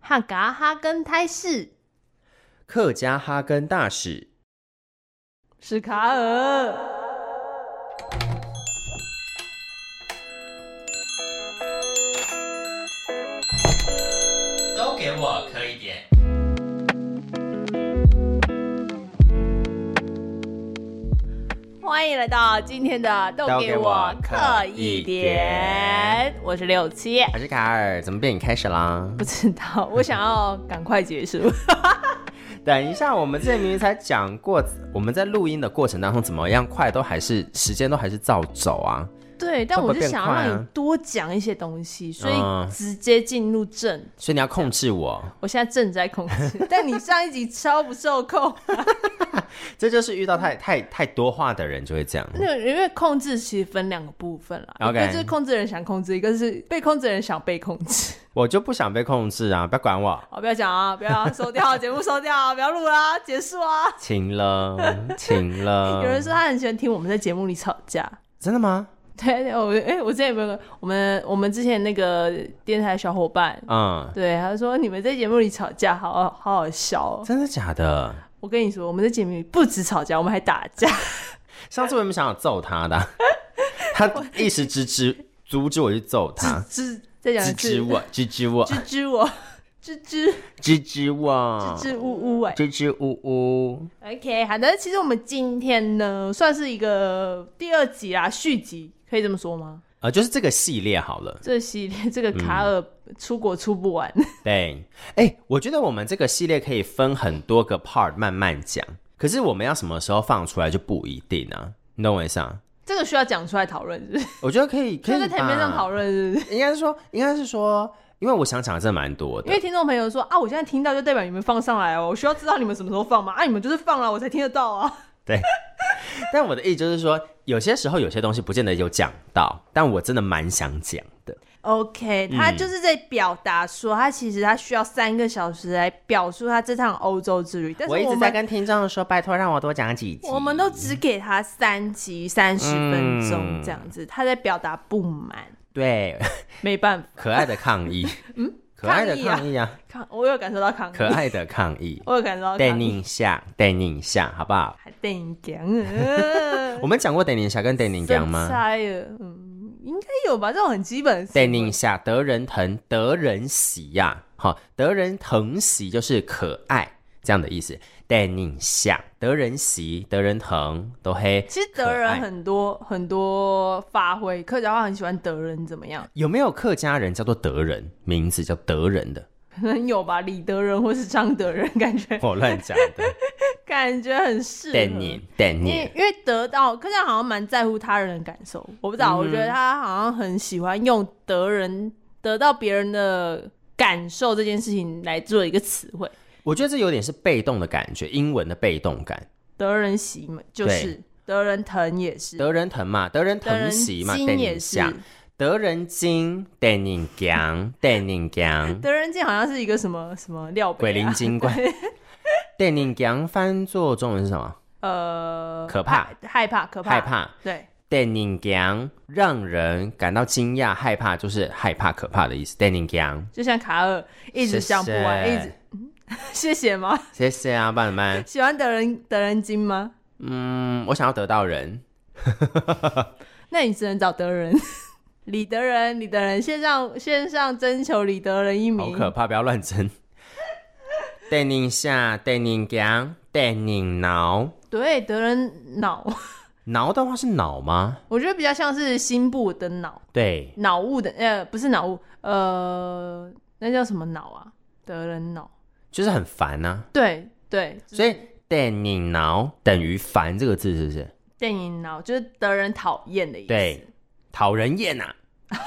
汉嘎哈根泰式、客家哈根大使、史卡尔。都给我磕一点。欢迎来到今天的都都给给我我刻刻一一点，我是六七。我是卡尔，怎么被你开始啦？不知道，我想要赶快结束。等一下，我们之前明明才讲过，我们在录音的过程当中怎么样快都还是时间都还是照走啊。对，但会不我会就变想快啊让你多讲一些东西，所嗯以直接进入正。所以你要控制我，我现在正在控 制，但你上一集超不受控。这就是遇到太太太多话的人就会这样。那因为控制其实分两个部分啦 OK 一个就是控制人想控制，一个是被控制人想被控制。我就不想被控制啊，不要管我，好，不要讲啊，不要啊收掉啊，节目收掉啊，不要录啦，结束啊。请 了，请了。有人说他很喜欢听我们在节目里吵架。真的吗？对，我哎、我之前有没有我们我们之前那个电台小伙伴，嗯，对，他说你们在节目里吵架，好好好好笑、哦。真的假的？我跟你说，我们在节目里不止吵架，我们还打架。上次我有没有想要揍他 的啊？他一时支支阻止我去揍他，吱，再讲一支次啊支， 我，支支我，吱吱我，吱吱支支我吱，吱呜呜哎。支支吾吾。 OK，好的，其实我们今天呢，算是一个第二集啊，续集，可以这么说吗？呃，就是这个系列好了。这系列这个卡嗯尔出国出不完， 对，哎、我觉得我们这个系列可以分很多个 part 慢慢讲，可是我们要什么时候放出来就不一定啊，你懂我意思啊？这个需要讲出来讨论，是不是？我觉得可以，可就以 在台面上吧讨论，是不是？应该是说，应该是说，因为我想讲的真的蛮多因的为。听众朋友说啊，我现在听到就代表你们放上来哦，我需要知道你们什么时候放嘛？啊，你们就是放了，我才听得到啊。对，但我的意思就是说，有些时候有些东西不见得有讲到，但我真的蛮想讲的。 OK，他就是在表达说，他其实他需要三个小时来表述他这趟欧洲之旅，但是我一直们在跟听众说，拜托让我多讲几集。我们都只给他三集三十分钟这样子，他在表达不满，对没办法。可爱的抗议， 嗯，可爱的抗议啊，抗，我有感受到抗议，，可爱的抗议我有感受到等抗你议。一下，等你一下，好不好？，还电影讲 啊我们讲过等你一下跟等你讲真吗？猜了，嗯，应该有吧，这种很基本的。等你一，下，得人疼，得人喜呀、好，得人疼惜就是可爱这样的意思。等你一下，得人喜，得人疼，都嘿。其实德可人爱很多很多发挥，客家话很喜欢德人怎么样？ 有没有客家人叫做德人，名字叫德人的？ 可能有吧，李德人或是张德人，感觉我乱讲 的。感觉很适合。等你，等因为你，因为得到客家好像蛮在乎他人的感受，我不知嗯道，我觉得他好像很喜欢用得人得到别人的感受这件事情来做一个词汇，我觉得这有点是被动的感觉，英文的被动感。得人喜嘛，就是得人疼也是，得人疼嘛，得人得人疼惜嘛，惊等你也一是，下。得人惊，等你讲， 等你讲。得人惊好像是一个什么什么料鬼杯、灵啊，精怪。电影讲翻作中文是什么？呃，可怕害害怕可怕害，怕。对，电影讲让人感到惊讶、害怕，就是害怕、可怕的意思。电影讲，就像卡尔一直讲不完，一直嗯 谢谢吗？ 谢谢啊，伴侣们。喜欢得人得人精吗？嗯，我想要得到人，那你只能找德仁， 李德仁，李德仁线上线上征求李德仁一好名，可怕，不要乱争。电影下，电影讲，电影挠，对，德仁脑， 挠的话是脑吗？我觉得比较像是心部的脑，对，脑雾的，呃，不是脑雾，呃，那叫什么脑啊？德仁脑，就是很烦呐、对对，啊。所以电影挠等于烦这个字是不是？电影脑就是德仁讨厌的意思。对，讨人厌啊呐、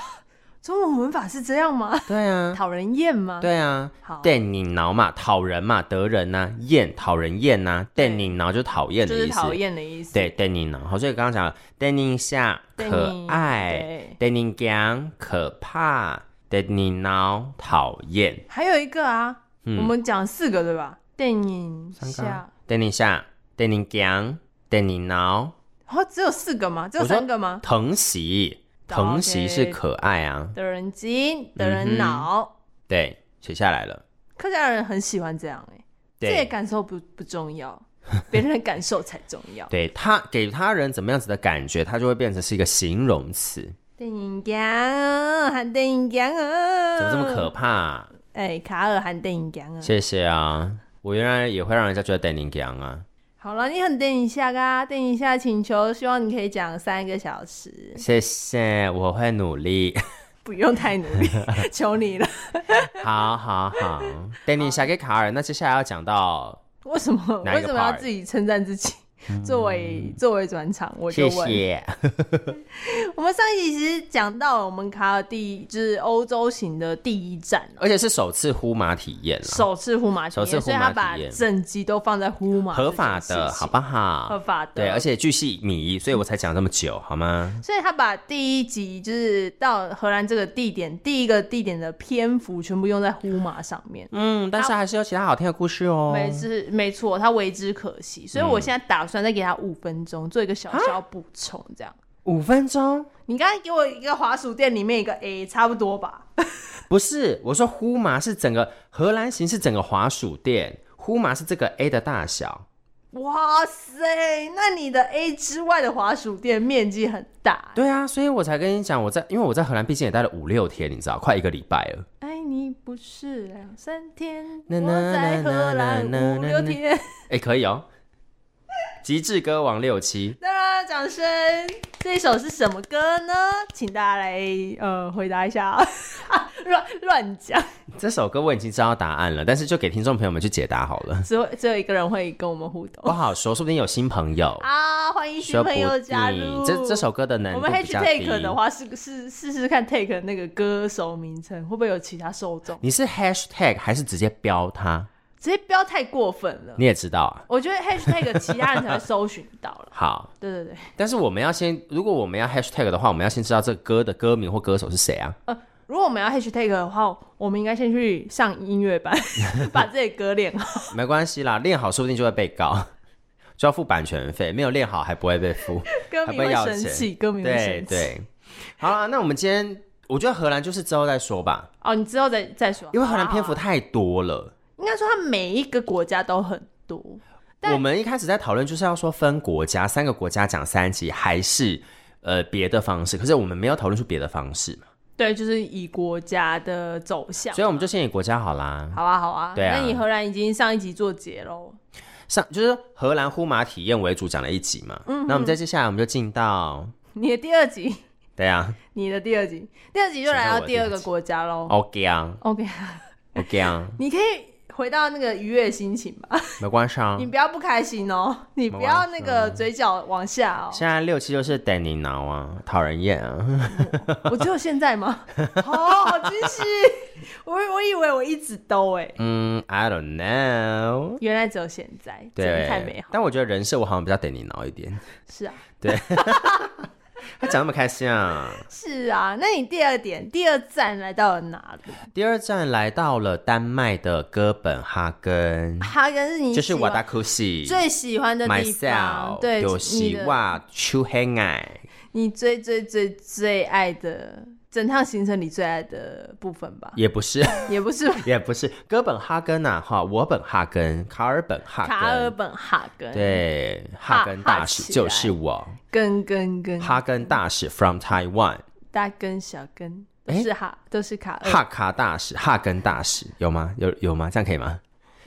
中文文法是这样吗？ 对啊，讨人厌吗？，对啊，好，电你挠嘛，讨人嘛，得人呐、厌讨人厌呐、对电你挠就讨厌就的是意思。讨厌的意思。对，电你挠，好，所以刚刚讲了，电你下对你，可爱，对。电你讲可怕，电你挠讨厌，还有一个啊，嗯啊我们讲四个对吧？电影三个下啊，电你下，电你讲，电你挠，哦，只有四个吗？只有我说三个吗？疼惜，疼惜是可爱啊，得人精、得人脑、对，写下来了。客家人很喜欢这样、欸，哎，自己的对感受不不重要， 别人的感受才重要。对他给他人怎么样子的感觉，它就会变成是一个形容词，电影奖喊电影奖啊！怎么这么可？怕、啊？哎、卡尔喊电影奖啊！谢谢啊，我原来也会让人家觉得等你讲啊，好了，你很电一下啊，电一下请求，希望你可以讲三个小时，谢谢，我会努力，不用太努 力，求你了。好好好，等你下给卡尔，那接下来要讲到为什么 哪一为个什么要 part？嗯自己称赞自己？作为作为转场，我就谢问谢，我们上一集其实讲到了我们卡尔第就是欧洲行的第一站啊而且是首次呼麻体验啊了，首次呼马体验，首次呼所以马他体把验整集都放在呼马合法这件的事情好不好？合法的，对，而且巨细靡遗，所以我才讲这么久，好吗？所以他把第一集就是到荷兰这个地点，第一个地点的篇幅全部用在呼马上面。嗯，但是还是有其他好听的故事哦。嗯没事，没错，他为之可惜，所以我现在打算再给他五分钟，做一个小啊小补充，这样。五分钟你刚才给我一个滑鼠店里面一个 A，差不多吧？不是，我说呼麻是整个荷兰行是整个滑鼠店，呼麻是这个 A 的大小，哇塞，那你的 A 之外的滑鼠店面积很大。对啊，所以我才跟你讲，我在因为我在荷兰毕竟也待了五六天，你知道，快一个礼拜了。爱哎你不是两三天，呐我呐在荷兰呐呐呐五六呐呐天。哎，可以哦，极致歌王六七，当然，掌声！这一首是什么歌呢？请大家来呃回答一下 啊，乱乱讲，这首歌我已经知道答案了，但是就给听众朋友们去解答好了，只会只有一个人会跟我们互不动好说，说不定有新朋友。啊！欢迎新说不朋定友加入。这这首歌的难我度们 h 比较低。 take 的话是是试试看 take 那个歌手名称会不会有其他受众？你是 hashtag 还是直接标它？直接不要太过分了你，也知道啊。我觉得 hashtag 其他人才会搜寻到了。好， 对对对，但是我们要先，如果我们要 hashtag 的话，我们要先知道这个歌的歌名或歌手是谁啊？ 呃，如果我们要 hashtag 的话，我们应该先去上音乐班， 把自己歌练 好。没关系啦，练好说不定就会被告， 就要付版权费。没有练好还不会被付，歌还迷不会会要生气，钱。歌迷会对生气。对，好啦，那我们今天我觉得荷兰就是之后再说吧，哦，你之后再再说，因为荷兰篇好幅啊太多了。应该说它每一个国家都很多，但我们一开始在讨论就是要说分国家，三个国家讲三集，还是呃别的方式？可是我们没有讨论出别的方式嘛，对，就是以国家的走向，所以我们就先以国家好啦。好啊好啊，对啊那你荷兰已经上一集做结喽，上就是荷兰呼麻体验为主讲了一集嘛，那我们再接下来我们就进到 你的第二集，对啊你的第二集，第二集就来到第二个国家喽。 ，OK 啊 OK， OK 啊，你可以回到那个愉悦心情吧，没关系啊你。不要不开心哦，你不要那个嘴角往下哦。现在六七嗯就是等你挠啊，讨人厌啊， 我只有现在吗？哦，好惊喜！我我以为我一直都哎、嗯，I don't know，原来只有现在，真的对，太美好。但我觉得人设我好像比较等你挠一点， 是啊，他讲那么开心啊。是啊，那你第二点，第二站来到了哪里？第二站来到了丹麦的哥本哈 根，哈根是你就是喜欢瓦达库西最喜欢的地方， myself 对，有你希的望出黑矮，你最最最最爱的整趟行程里最爱的部分 吧，也不是也不是吧也不是哥本哈根呐、哈，我本哈根，卡尔本哈根，卡尔本哈根，，对哈哈根大哈使起来就是我，根根根，哈根大使 from Taiwan，大根小根都诶是哈，都是卡尔，哈卡大使，哈根大使有吗？有有吗？这样可以吗？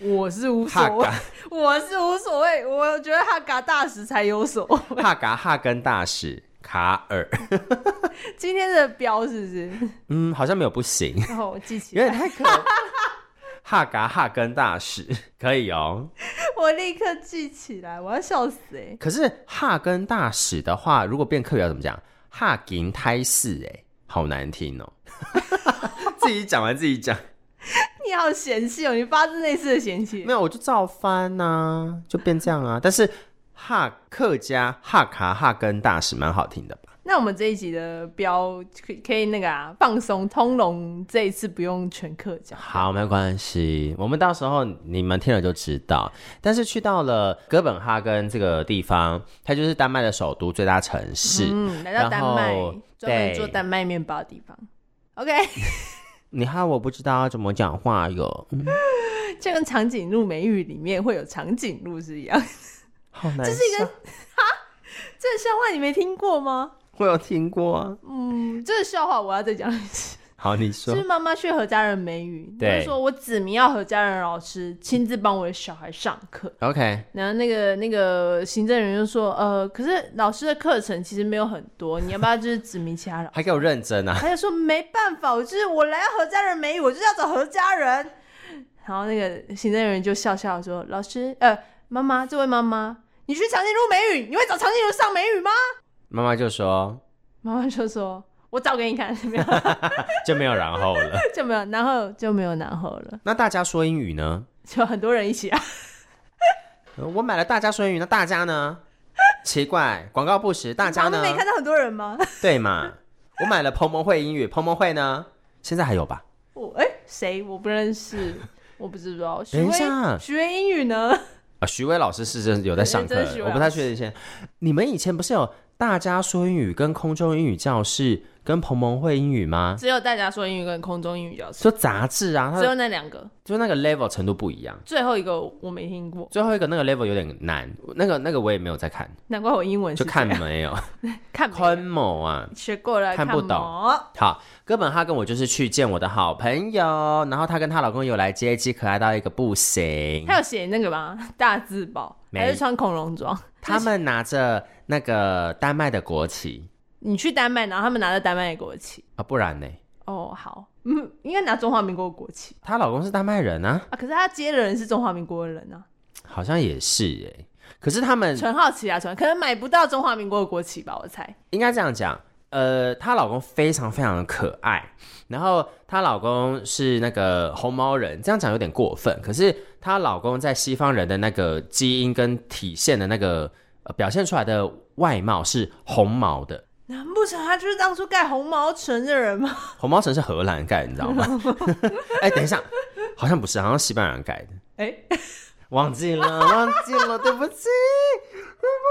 我是无哈所谓嘎，我是无所谓，我觉得哈嘎大使才有所 谓。哈嘎哈根大使卡尔，今天的标是 不是？嗯，好像没有不行，然后我记起有来点。太可。哈嘎哈根大使可以哦，我立刻记起来，我要笑死哎、欸！可是哈根大使的话，如果变客语要怎么讲？哈根泰士，哎，好难听哦。自己讲完自己讲，你好嫌弃哦，你发自内心的嫌弃没。有我就照翻呐、就变这样啊。但是哈客家哈卡哈根大使蛮好听的吧？那我们这一集的标可以可以那个啊，放松通融，这一次不用全课讲。好，没关系，我们到时候你们听了就知道。但是去到了哥本哈根这个地方，它就是丹麦的首都最大城市。嗯，来到丹麦然后，专门对做丹麦面包的地方。OK， 你害我不知道怎么讲话哟，嗯就跟长颈鹿美语里面会有长颈鹿是一样。 好难笑。这是一个这个笑话你没听过吗？我有听过啊。嗯，这个笑话我要再讲一次。好，你说就是妈妈去何家人美语，对就是说我子明要何家人老师亲自帮我的小孩上课。 OK？然后那个那个行政人员就说，呃，可是老师的课程其实没有很多，你要不要就是指明其他老师？还给我认真啊！他就说没办法，我就是我来到何家人美语，我就是要找何家人。然后那个行政人员就笑笑地说，老师，呃，妈妈，这位妈妈，你去长颈鹿美语，你会找长颈鹿上美语吗？妈妈就说妈妈就说，我找给你看， 没有，就没有然后 了。就没有，然后就没有然后了。那大家说英语呢？就很多人一起啊，呃我买了大家说英语，那大家呢？奇怪，广告不实，大家旁呢边？没看到很多人吗？对嘛？我买了彭蒙会英语，彭蒙会呢？现在还有吧？我哎，谁、我不认识，我不知道。徐等一威，下徐威英语呢？啊，徐威老师是真的有在上课对真的徐，威我不太确定现在。你们以前不是有大家说英语、跟空中英语教室、跟彭蒙会英语吗？ 只有大家说英语跟空中英语教室，就杂志啊，它只的有那两个，就那个 level 程度不一样。最后一个我没听过，最后一个那个 level 有点难，那个那个我也没有在看，难怪我英文是就看没有 看昆某啊。学过了，看不懂嗯毛好，哥本哈根我就是去见我的好朋友，然后她跟她老公有来接机，可爱到一个不行。他有写那个吗？ 大字报没还是穿恐龙装？他们拿着那个丹麦的国旗你去丹麦，然后他们拿着丹麦的国旗。啊，不然呢？哦，好，嗯，应该拿中华民国的国旗她老公是丹麦人啊，啊。可是他接的人是中华民国的人啊，好像也是哎、可是他们纯好奇啊，纯可能买不到中华民国的国旗吧，我猜。应该这样讲，呃，她老公非常非常的可爱，然后她老公是那个红毛人，这样讲有点过分，可是她老公在西方人的那个基因跟体现的那个、呃、表现出来的外貌是红毛的，难不成他就是当初盖红毛城的人吗？ 红毛城是荷兰盖的，你知道吗？哎、等一下，好像不是，好像西班牙人盖的，哎、 哎、忘记了，忘记了，对不起，对不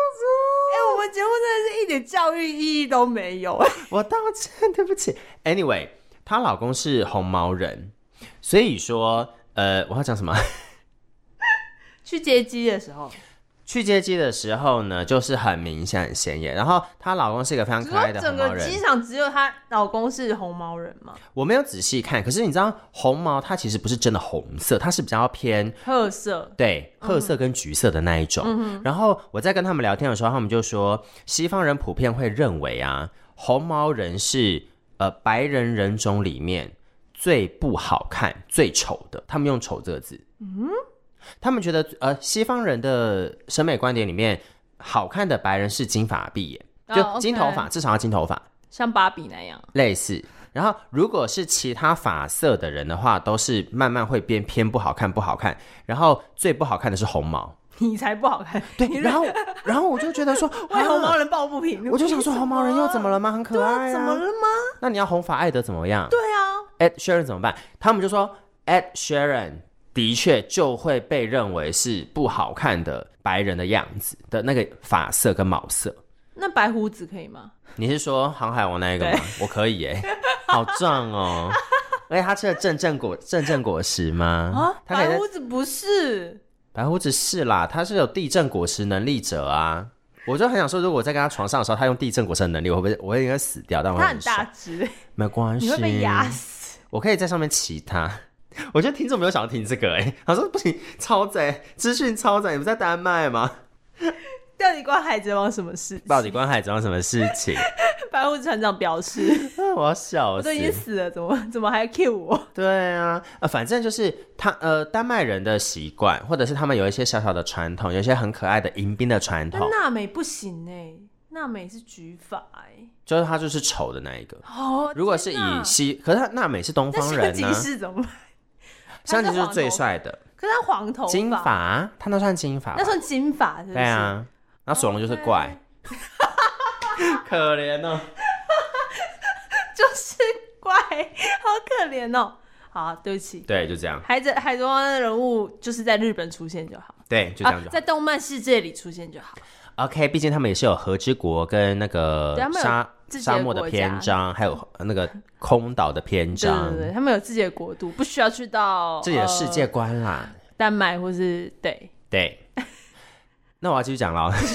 我们节目真的是一点教育意义都没有。 起，我道歉，对不起。Anyway，她老公是红毛人，所以说，呃，我要讲什么？ 去接机的时候，去接机的时候呢，就是很明显、很显眼。然后她老公是一个非常只可爱的说红整毛个机人，场只有她老公是红毛人嘛，我没有仔细看，可是你知道红毛它其实不是真的红色，它是比较偏褐色。对，褐嗯色跟橘色的那一种。然后我在跟他们聊天的时候，他们就说，西方人普遍会认为啊，红毛人是呃白人人种里面最不好看、最丑的。他们用“丑”这个字，嗯，他们觉得呃西方人的审美观点里面，好看的白人是金发碧眼，哦就 OK 金头发，至少要金头发像芭比那样，类似。然后，如果是其他发色的人的话，都是慢慢会变偏不好看，不好看。然后最不好看的是红毛，你才不好看。对你，然后然后我就觉得 说，为红毛啊，人抱不平，我就想说为什红毛人又怎么了吗？很可对啊爱怎么啊。了吗？那你要红发艾德怎么样对啊， ？Ed Sheeran 怎么办？他们就说 Ed Sheeran 的确就会被认为是不好看的白人的样子的那个发色跟毛色。那白胡子可以吗？你是说航海王那一个吗？我可以耶、好壮 哦！而且他吃了正正果正正果实吗？啊，他可以白在胡子不是，白胡子是啦，他是有地震果实能力者啊。我就很想说，如果我在跟他床上的时候，他用地震果实的能力，我会不会我会应该死掉？但我会他很爽大，只，没关系，你会被压死。我可以在上面骑他。 我觉得听众没有想要听这个哎、他说不行，超载资讯超载，你不在丹麦吗？到底关海贼王什么事？到底关海怎样什么事 情？白胡子船长表示。啊我要笑我死都已！经死了，怎么怎么还 cue 我？对啊，呃，反正就是他呃，丹麦人的习惯，或者是他们有一些小小的传统，有一些很可爱的迎宾的传但统，娜美不行哎、娜美是举法哎、就是他就是丑的那一个。哦，如果是以西，可是他娜美是东那方人香呢、吉士怎么办？香他吉是是黄最头帅的，可是他黄头金发，发，他那算金发吧，那算金发是不是？对啊，那索隆就是怪， 可怜哦。就是怪，好可怜哦。好、对不起，对，就这样，海贼海贼王的人物就是在日本出现就好，对，就这样就啊、好。在动漫世界里出现就好。 OK，毕竟他们也是有和之国跟那个对他们有沙自己沙的漠的国篇家章，还有那个空岛的篇对章对，对，他们有自己的国度，不需要去到啊自己的世界呃、观啦。丹麦或是对， 对，那我要继续讲了哦。继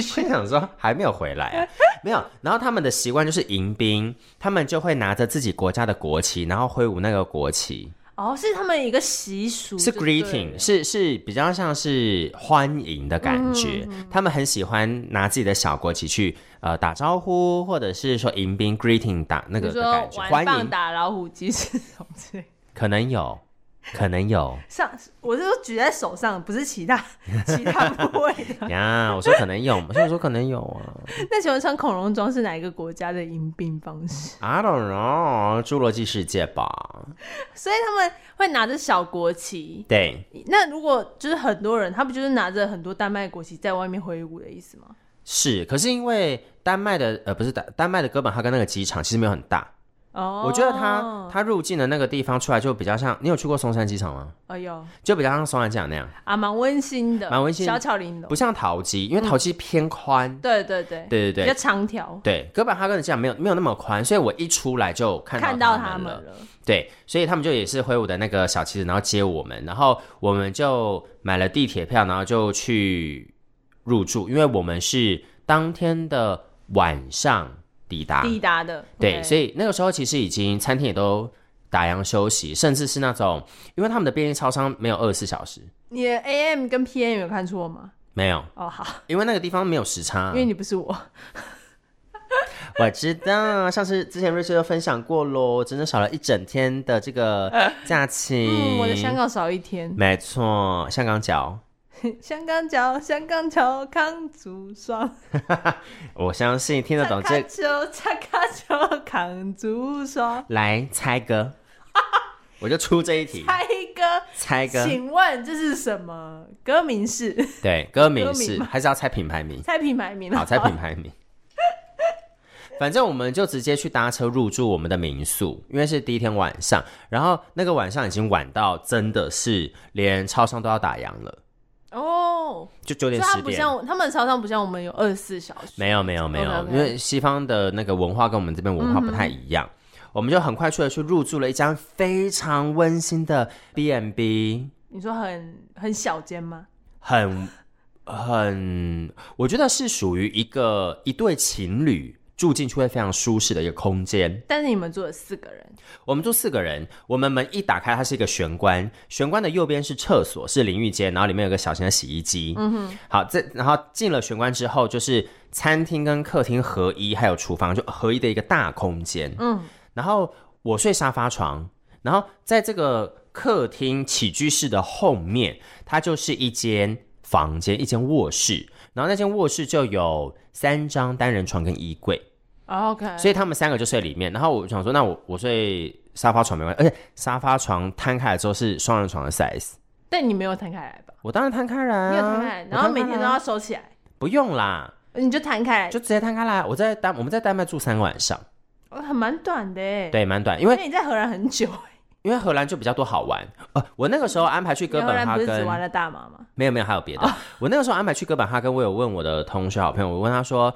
我续就想说还没有回来、啊，没有。然后他们的习惯就是迎宾，他们就会拿着自己国家的国旗，然后挥舞那个国旗，哦，是他们一个习俗，是就嗯对了 greeting，是是比较像是欢迎的感觉。嗯他们很喜欢拿自己的小国旗去呃打招呼，或者是说迎宾 greeting 打那比个如的说感觉，玩欢棒迎打老虎机是什么之类的。可能有，可能有 上，我是说举在手上，不是其他其他部位的。 呀。我说可能有嘛，所以我说可能有啊。那请问穿恐龙装是哪一个国家的迎宾方式？ I don't know，侏罗纪世界吧？所以他们会拿着小国旗。对。那如果就是很多人，他不就是拿着很多丹麦国旗在外面挥舞的意思吗？是，可是因为丹麦的呃不是丹丹麦的哥本哈根那个机场其实没有很大，哦，我觉得它它入境的那个地方出来就比较像，你有去过松山机场吗？哎呦就比较像松山机场那样，啊，蛮温馨的，蛮温馨小巧玲珑。不像桃机，因为桃机偏宽，对对对对比对较对长条，对，哥本哈根的机场没有没有那么宽，所以我一出来就看看到到他他们们了，了。对，所以他们就也是挥舞的那个小旗子，然后接我们，然后我们就买了地铁票，然后就去入住，因为我们是当天的晚上抵达，抵达的，对，所以以那个时候其实已经餐厅也都打烊休息，甚至是那种因为他们的便利超商没有二十四小时，你的 AM 跟 PM 有看错吗？没有，哦，好，因为那个地方没有时差、因为你不是我，我知道，上次之前瑞秋就分享过喽，整整少了一整天的 这个假期。嗯，我的香。港少一天，没错，香港脚，香港脚，香港脚，康竹双，我相信听得懂擦这卡。球，擦卡球，康竹双。来猜歌，我就出这一题，猜一个，猜歌。请问这是什么歌名是？对，歌歌名名是吗还是要猜品牌名？猜品牌名 好，猜啊品牌名。反正我们就直接去搭车入住我们的民宿，因为是第一天晚上，然后那个晚上已经晚到真的是连超商都要打烊了，哦，就所九以点它十不点。像他们的超商不像我们有二十四小时，没有没有没有 OK，OK 嗯因为西方的那个文化跟我们这边文化不太一样，我们就很快速的去入住了一间非常温馨的 B&B，你说很很小间吗？很很，我觉得是属于一个一对情侣住进去会非常舒适的一个空间。但是你们住了四个人，我们住四个人，我们门一打开，它是一个玄关，玄关的右边是厕所，是淋浴间，然后里面有个小型的洗衣机。嗯哼，好，这然后进了玄关之后，就是餐厅跟客厅合一，还有厨房就合一的一个大空间。嗯，然后我睡沙发床，然后在这个客厅起居室的后面，它就是一间房间，一间卧室，然后那间卧室就有三张单人床跟衣柜。哦 OK，所以他们三个就睡里面。然后我想说，那我我睡沙发床没关系，而且沙发床摊开来之后是双人床的 size，但你没有摊开来吧？我当然摊开来、啊，你有摊开来，我然后每摊天开都来啊要收起来，不用啦，你就摊开来，就直接摊开来。我在丹我们在丹麦住三个晚上，哦很蛮短的耶，对，蛮短，因因为为你在荷兰很久耶，因为荷兰就比较多好玩。呃，我那个时候安排去 哥荷本兰哈不是只玩哦根，了大麻吗？没有没有还有别的。我那个时候安排去哥本哈根，我有问我的同学好朋友，我问他说。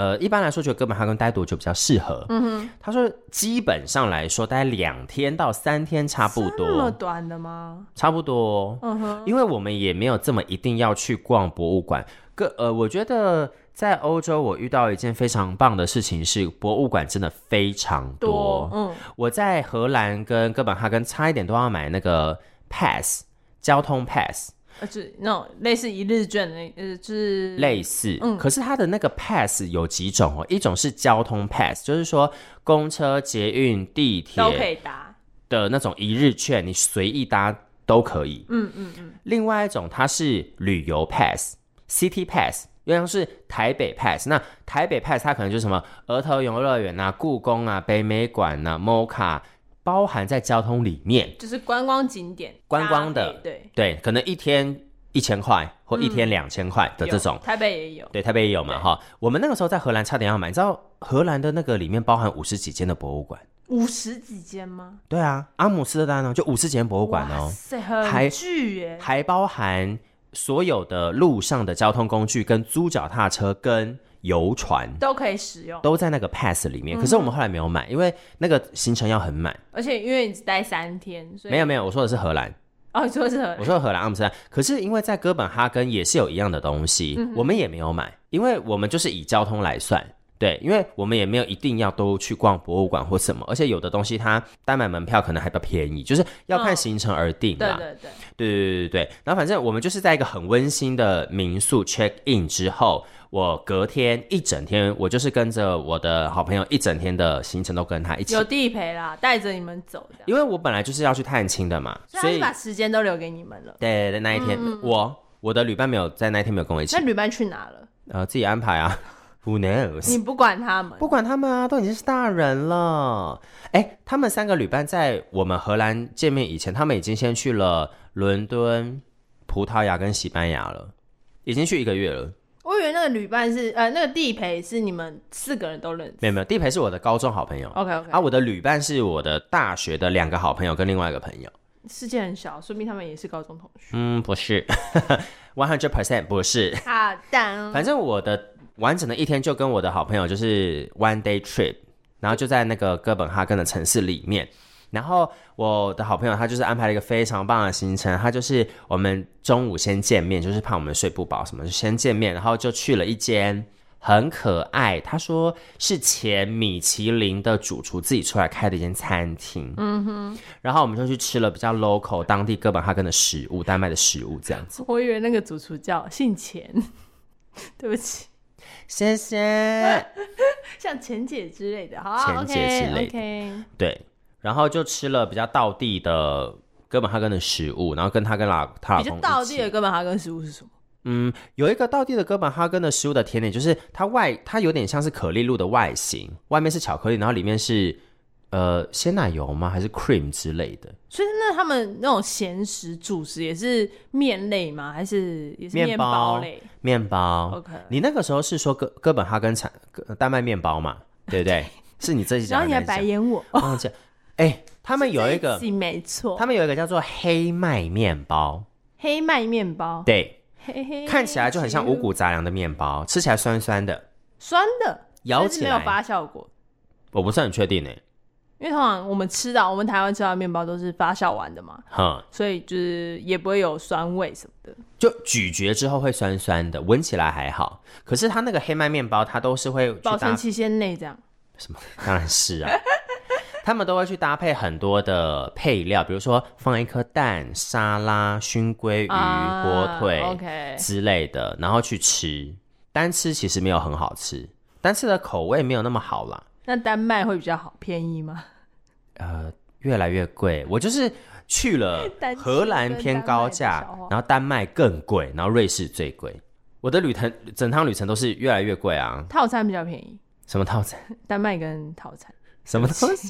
呃，一般来说，觉得哥本哈根待多久比较适合？嗯哼，他说基本上来说，待两天到三天差不多。这么短的吗？差不多，嗯哼，因为我们也没有这么一定要去逛博物馆。个呃，我觉得在欧洲，我遇到一件非常棒的事情是，博物馆真的非常多。嗯，我在荷兰跟哥本哈根差一点都要买那个 pass 交通 pass，呃就是那种类似一日券的那，呃，就是类似，可是它的那个 pass 有几种哦，一种是交通 pass，就是说公车、捷运、地铁都可以打。的那种一日券，你随意搭都可以。嗯嗯嗯。另外一种它是旅游 pass、city pass，有点像是台北 pass。那台北 pass 它可能就是什么儿童游乐园啊、故宫啊、北美馆啊、MOCA，包含在交通里面。就是观光景点，观光搭的配对，对，可能一天一千块或一天两千块的这有种。台北也有，嗯对，台北也有嘛哈。我们那个时候在荷兰差点要买，你知道荷兰的那个里面包含五十几间的博物馆。五十几间吗？对啊，阿姆斯特丹呢就五十间博物馆哦。哇塞，还很巨耶！还包含所有的路上的交通工具、跟租脚踏车、跟游船都可以使用，都在那个 pass 里面。可是我们后来没有买，因为那个行程要很满。而且因为你只待三天，所以没有没有，我说的是荷兰，哦，你说是很我说荷兰阿姆斯特丹。可是因为在哥本哈根也是有一样的东西，我们也没有买，因为我们就是以交通来算。对，因为我们也没有一定要都去逛博物馆或什么，而且有的东西它单买门票可能还比较便宜，就是要看嗯行程而定对啦。对对，对对对对对，然后反正我们就是在一个很温馨的民宿 check in 之后，我隔天一整天，我就是跟着我的好朋友一整天的行程都跟他一起有，地陪啦，带着你们走的，因为我本来就是要去探亲的嘛，所所以他就以把时间都留给你们了。对对那一天、我我的旅伴没有在那一天没有跟我一起那，旅伴去哪了？呃，自己安排啊 ，Who knows？你不管他们，不管他们啊，都已经是大人了。哎，他们三个旅伴在我们荷兰见面以前，他们已经先去了伦敦、葡萄牙跟西班牙了，已经去一个月了。我以为那个旅伴是呃，那个地陪是你们四个人都认识。没有没有，地陪是我的高中好朋友 OK OK，、啊，我的旅伴是我的大学的两个好朋友跟另外一个朋友。世界很小，说明他们也是高中同 学。嗯，不是，one hundred percent 不是。好的，反正我的完整的一天就跟我的好朋友就是 one day trip，然后就在那个哥本哈根的城市里面。然后呃我的好朋友他就是安排了一个非常棒的行程，他就是我们中午先见面，就是怕我们睡不饱什么，就先见面，然后就去了一间很可爱，他说是前米其林的主厨自己出来开的一间餐厅。嗯哼，然后我们就去吃了比较 local 当地哥本哈根的食物，丹麦的食物这样子。我以为那个主厨叫姓钱，对不起，谢谢。像钱姐之类的。好，钱姐之类的 o k 对，然后就吃了比较道地的哥本哈根的食物，然后跟她跟老 OK，她老比较公道一地起的哥本哈根食物是什么？嗯，有一个道地的哥本哈根的食物的甜点，就是它外它有点像是可丽露的外形，外面是巧克力，然后里面是呃鲜奶油吗？还是 cream 之类的？所以那他们那种咸食主食也是面类吗？还是也是面面包类？面包。 OK 你那个时候是说哥哥本哈根产呃丹麦面包嘛？对不对？是你这一讲然后很你还难讲，白眼我，忘记了。哎，他们有 一个这，集没错，他们有一个叫做黑麦面包，黑麦面包，对。嘿嘿看起来就很像五谷杂粮的面包，吃起来酸酸的，酸的，咬但是起没有来发酵过。我不是很确定呢。因为通常我们吃到我们台湾吃到的面包都是发酵完的嘛，哼，所以就是也不会有酸味什么的。就咀嚼之后会酸酸的，闻起来还好。可是它那个黑麦面包，它都是会去保存搭期限内这样，什么？当然是啊，他们都会去搭配很多的配料，比如说放一颗蛋、沙拉、熏鲑鱼、啊火腿、 OK 之类的，然后去吃。单吃其实没有很好吃，单吃的口味没有那么好啦。那丹麦会比较好，便宜吗？ 呃，越来越贵。我就是去了单吃荷兰偏高价跟丹麦的小花，然后丹麦更贵，然后瑞士最贵。我的旅程整趟旅程都是越来越贵啊！套餐比较便宜，什么 套餐？丹麦跟套餐。什么东西？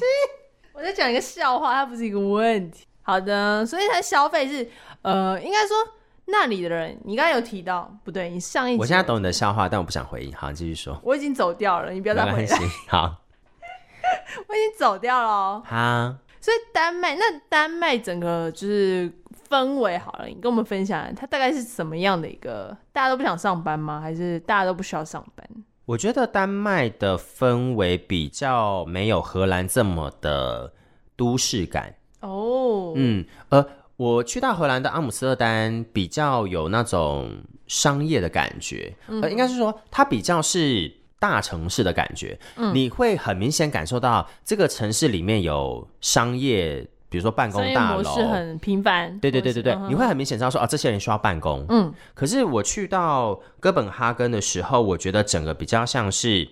我在讲一个笑话，它不是一个问题。好的，所以它消费是呃，应该说那里的人，你刚才有提到，不对，你上一集我现在懂你的笑话，但我不想回应。好，继续说。我已经走掉了，你不没 要再回关系来，，好， 我已经走掉了哦。哈，所以丹麦，呃那丹麦整个就是氛围好了，你跟我们分享，它大概是什么样的一个？大家都不想上班吗？还是大家都不需要上班？我觉得丹麦的氛围比较没有荷兰这么的都市感，哦，嗯，呃，我去到荷兰的阿姆斯特丹比较有那种商业的感觉，嗯呃，应该是说它比较是大城市的感觉，嗯你会很明显感受到这个城市里面有商业，比如说办商公业大模楼式。很频繁，嗯对对对对对或，者是你会很明显知道说啊，这些人需要办公。嗯，可是我去到哥本哈根的时候，我觉得整个比较像是，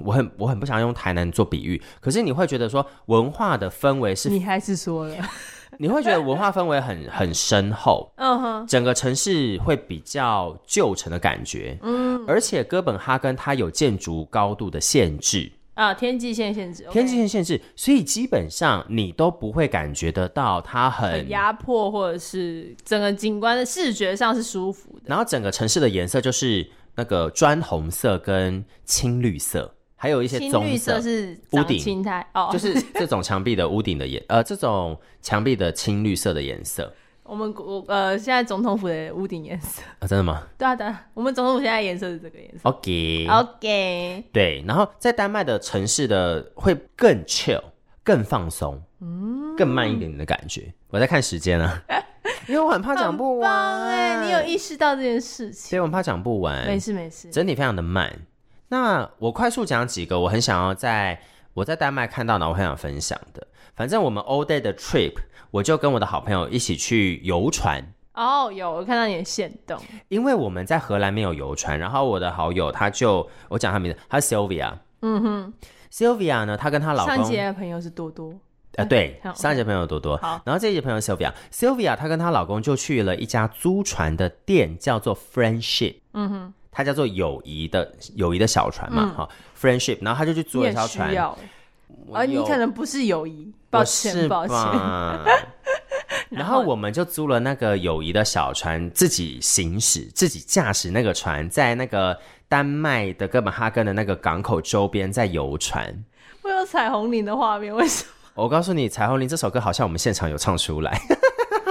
我很我很不想用台南做比喻，可是你会觉得说文化的氛围是你还是说了， 你会觉得文化氛围很很深厚，嗯哼，整个城市会比较旧城的感觉。嗯，而且哥本哈根它有建筑高度的限制，啊，天际线限制，天际线限制，所以基本上你都不会感觉得到它很很。压迫，或者是整个景观的视觉上是舒服的。然后整个城市的颜色就是那个砖红色跟青绿色，还有一些青棕绿色是长屋顶青苔哦，就是这种墙壁的屋顶的颜，呃，这种墙壁的青绿色的颜色。 我们国呃现在总统府的屋顶颜色， 啊，真的吗对啊对啊，我们总统府现在颜色是这个颜色。 ？OK，哦 OK，对，然后在丹麦的城市的会更 chill，更放松，嗯，更慢一点点的感觉。我在看时间 啊，因为我很怕讲不很完。棒哎，你有意识到这件事情？所以我很怕讲不完。没事没事，整体非常的慢。那我快速讲几个我很想要在我在丹麦看到的，我很想分享的。反正我们 all day 的 trip，我就跟我的好朋友一起去游船，哦，有我看到你的线动，因为我们在荷兰没有游船。然后我的好友他就我讲他名字，他是 Sylvia，嗯哼， Sylvia 呢，她跟她老上一公节的朋友是多多，呃，对，好上一节朋友多多好，然后这一节朋友 Sylvia，Sylvia 她跟她老公就去了一家租船的店，叫做 Friendship，嗯哼，它叫做友谊的友谊的小船嘛，哈、f r i e n d s h i p 然后她就去嗯你租了一也条船需，要，啊呃我而你有可能不是友谊，抱我是歉抱歉， 吧然然后后我们就租了那个友谊的小船，自己行驶，自己驾驶那个船，在那个丹麦的哥本哈根的那个港口周边在游船。我有彩虹铃的画面，为 什么？我告诉你，《彩虹铃》这首歌好像我们现场有唱出来，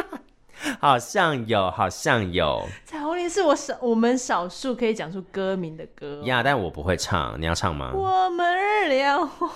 好像有，好像有彩虹铃是我少我们少数可以讲出歌名的歌哦。呀但我不会唱，你要唱吗？我们俩划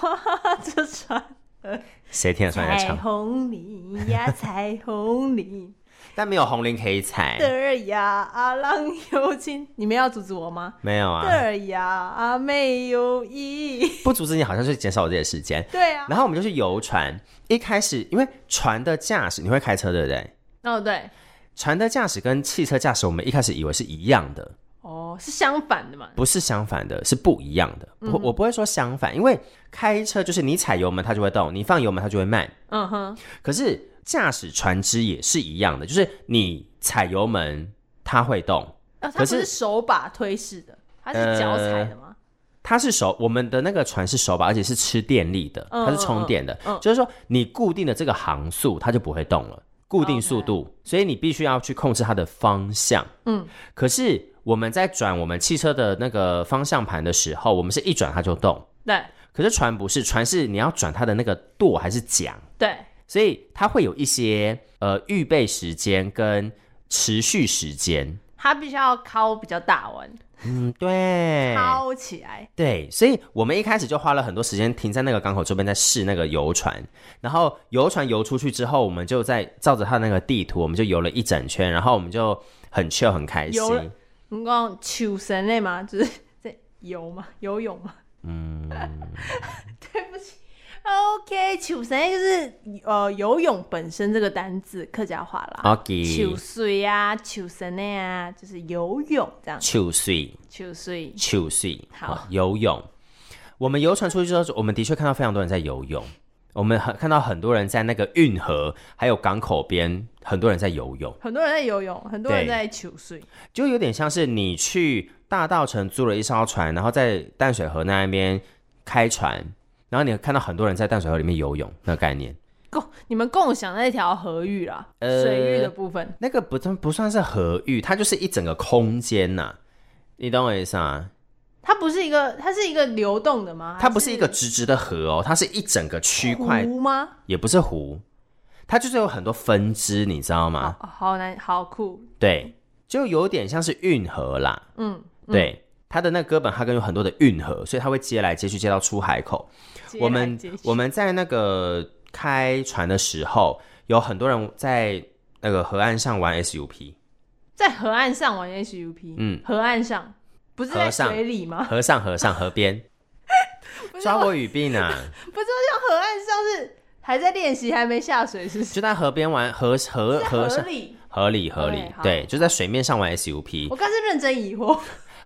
着 船，谁听得出来在彩唱？虹铃呀，彩虹 铃但没有红铃可以踩，的儿呀，阿郎有情。你们要阻止我吗？没有的啊，儿呀，阿妹有意。 不阻止你好像是减少我自己的时间。对啊，然后我们就去游船，一开始因为船的驾驶，你会开车对不对？哦对，船的驾驶跟汽车驾驶，我们一开始以为是一样的，哦是相反的嘛。不是相反的，是不一样的。我我不会说相反，因为开车就是你踩油门它就会动，你放油门它就会慢。嗯哼，可是驾驶船只也是一样的，就是你踩油门，它会动，哦它可不是是手把推式的，它是脚踩的吗？它是手，我们的那个船是手把，而且是吃电力的，嗯它是充电的，嗯嗯就是说你固定的这个航速，它就不会动了，固定速度所以你必须要去控制它的方向。嗯，可是我们在转我们汽车的那个方向盘的时候，我们是一转它就动，对可是船不是，船是你要转它的那个舵还是桨。对，所以它会有一些呃预备时间跟持续时间。它必须要靠比较大弯，嗯，对，靠起来。对，所以我们一开始就花了很多时间停在那个港口周边，在试那个游船。然后游船游出去之后，我们就在照着它那个地图，我们就游了一整圈，然后我们就很 chill 很开心。游了你讲求神类吗？ 就是在游嘛，游泳嘛。嗯， 对不起。OK，求神类就是呃游泳本身这个单字客家话啊啦。求 OK，水啊，求神类啊，就是游泳这样。秋水，求水，秋水，好游泳。我们游船出去之后，我们的确看到非常多人在游泳，我们很看到很多人在那个运河还有港口边，很多人在游泳。很多人在游泳，很多人对在求水。就有点像是你去大道城租了一艘船，然后在淡水河那边开船，然后你看到很多人在淡水河里面游泳，那个概念，共你们共享那条河域啦，呃水域的部分。那个不算不算是河域，它就是一整个空间呐、你懂我意思啊？它不是一个，它是一个流动的吗？它不是一个直直的河哦，它是一整个还区块是，湖吗？也不是湖，它就是有很多分支，你知道吗？哦，好难，好酷。对，就有点像是运河啦，嗯，对。它的那个哥本哈根有很多的运河，所以它会接来接去，接到出海口。接我来们接去我们在那个开船的时候，有很多人在那个河岸上玩 SUP，在河岸上玩 SUP，嗯，河岸上不是在河上水里吗？河上河上河边，抓我语病啊！不是，我想河岸上是还在练习，还没下水， 是不是？就在河边玩河河在河河上里，河里河里 OK，好，对，就在水面上玩 SUP。 我刚是认真疑惑。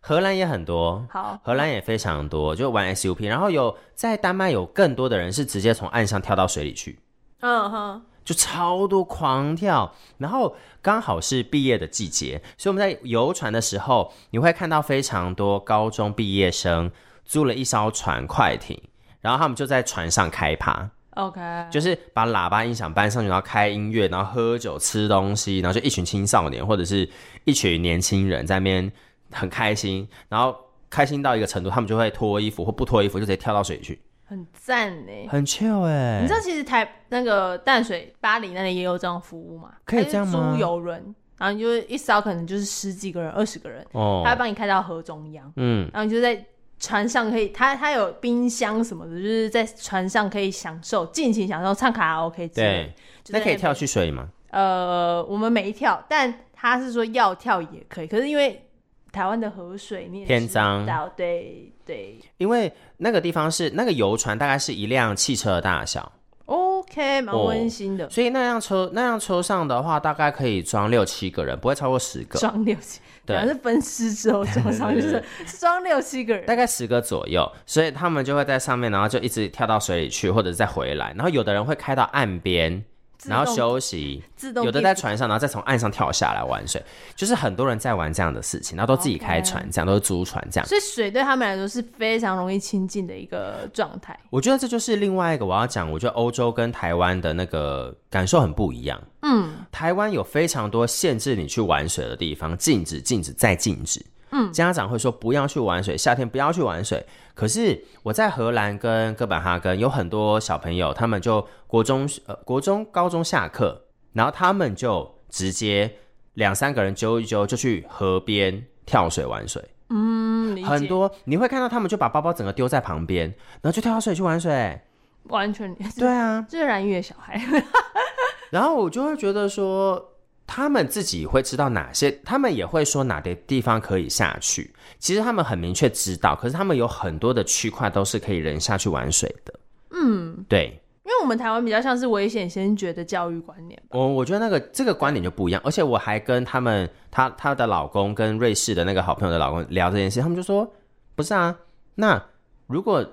荷兰也很多，好，荷兰也非常多，就玩 SUP。然后有在丹麦有更多的人是直接从岸上跳到水里去，嗯哼，就超多狂跳，然后刚好是毕业的季节，所以我们在游船的时候，你会看到非常多高中毕业生租了一艘船快艇，然后他们就在船上开趴， ，OK，就是把喇叭音响搬上去，然后开音乐，然后喝酒吃东西，然后就一群青少年或者是一群年轻人在那边很开心，然后开心到一个程度，他们就会脱衣服或不脱衣服就直接跳到水去，很赞呢。很 chill 哎、你知道其实台那个淡水、巴黎那里也有这种服务嘛？可它就以是这样吗租游轮，然后你就一艘可能就是十几个人、二十个人，哦他会，帮你开到河中央，嗯，然后你就在船上可以，他他有冰箱什么的，就是在船上可以享受尽情享受唱卡拉 OK 之类的对。，就在那可以边跳去水里吗？呃，我们没跳，但他是说要跳也可以，可是因为台湾的河水你也偏知脏道对对因为那个地方是那个游船，大概是一辆汽车的大小， ，OK，蛮哦温馨的，所以那辆车那辆车上的话，大概可以装六七个人，不会超过十个，装、六七，对反正是分尸之后装上去就是装六七个人，大概十个左右。所以他们就会在上面，然后就一直跳到水里去，或者是再回来。然后有的人会开到岸边，自然后动休息。自动有的变在成船上，然后再从岸上跳下来玩水，就是很多人在玩这样的事情，然后都自己开哦 OK 船这样都是租船这样。所以水对他们来说是非常容易亲近的一个状态。我觉得这就是另外一个我要讲，我觉得欧洲跟台湾的那个感受很不一样。嗯，台湾有非常多限制你去玩水的地方，禁止、禁止再禁止。嗯，家长会说不要去玩水，夏天不要去玩水。可是我在荷兰跟哥本哈根有很多小朋友，他们就国中、呃、国中、高中下课，然后他们就直接两三个人揪一揪，就去河边跳水玩水。嗯，理解很多你会看到他们就把包包整个丢在旁边，然后就跳到水去玩水。完全对啊，这是蓝月小孩， 然后我就会觉得说，他们自己会知道哪些，他们也会说哪些地方可以下去。其实他们很明确知道，可是他们有很多的区块都是可以人下去玩水的。嗯，对。因为我们台湾比较像是危险先觉的教育观念。我我觉得那个这个观点就不一样，而且我还跟他们她她的老公跟瑞士的那个好朋友的老公聊这件事，他们就说不是啊，那如果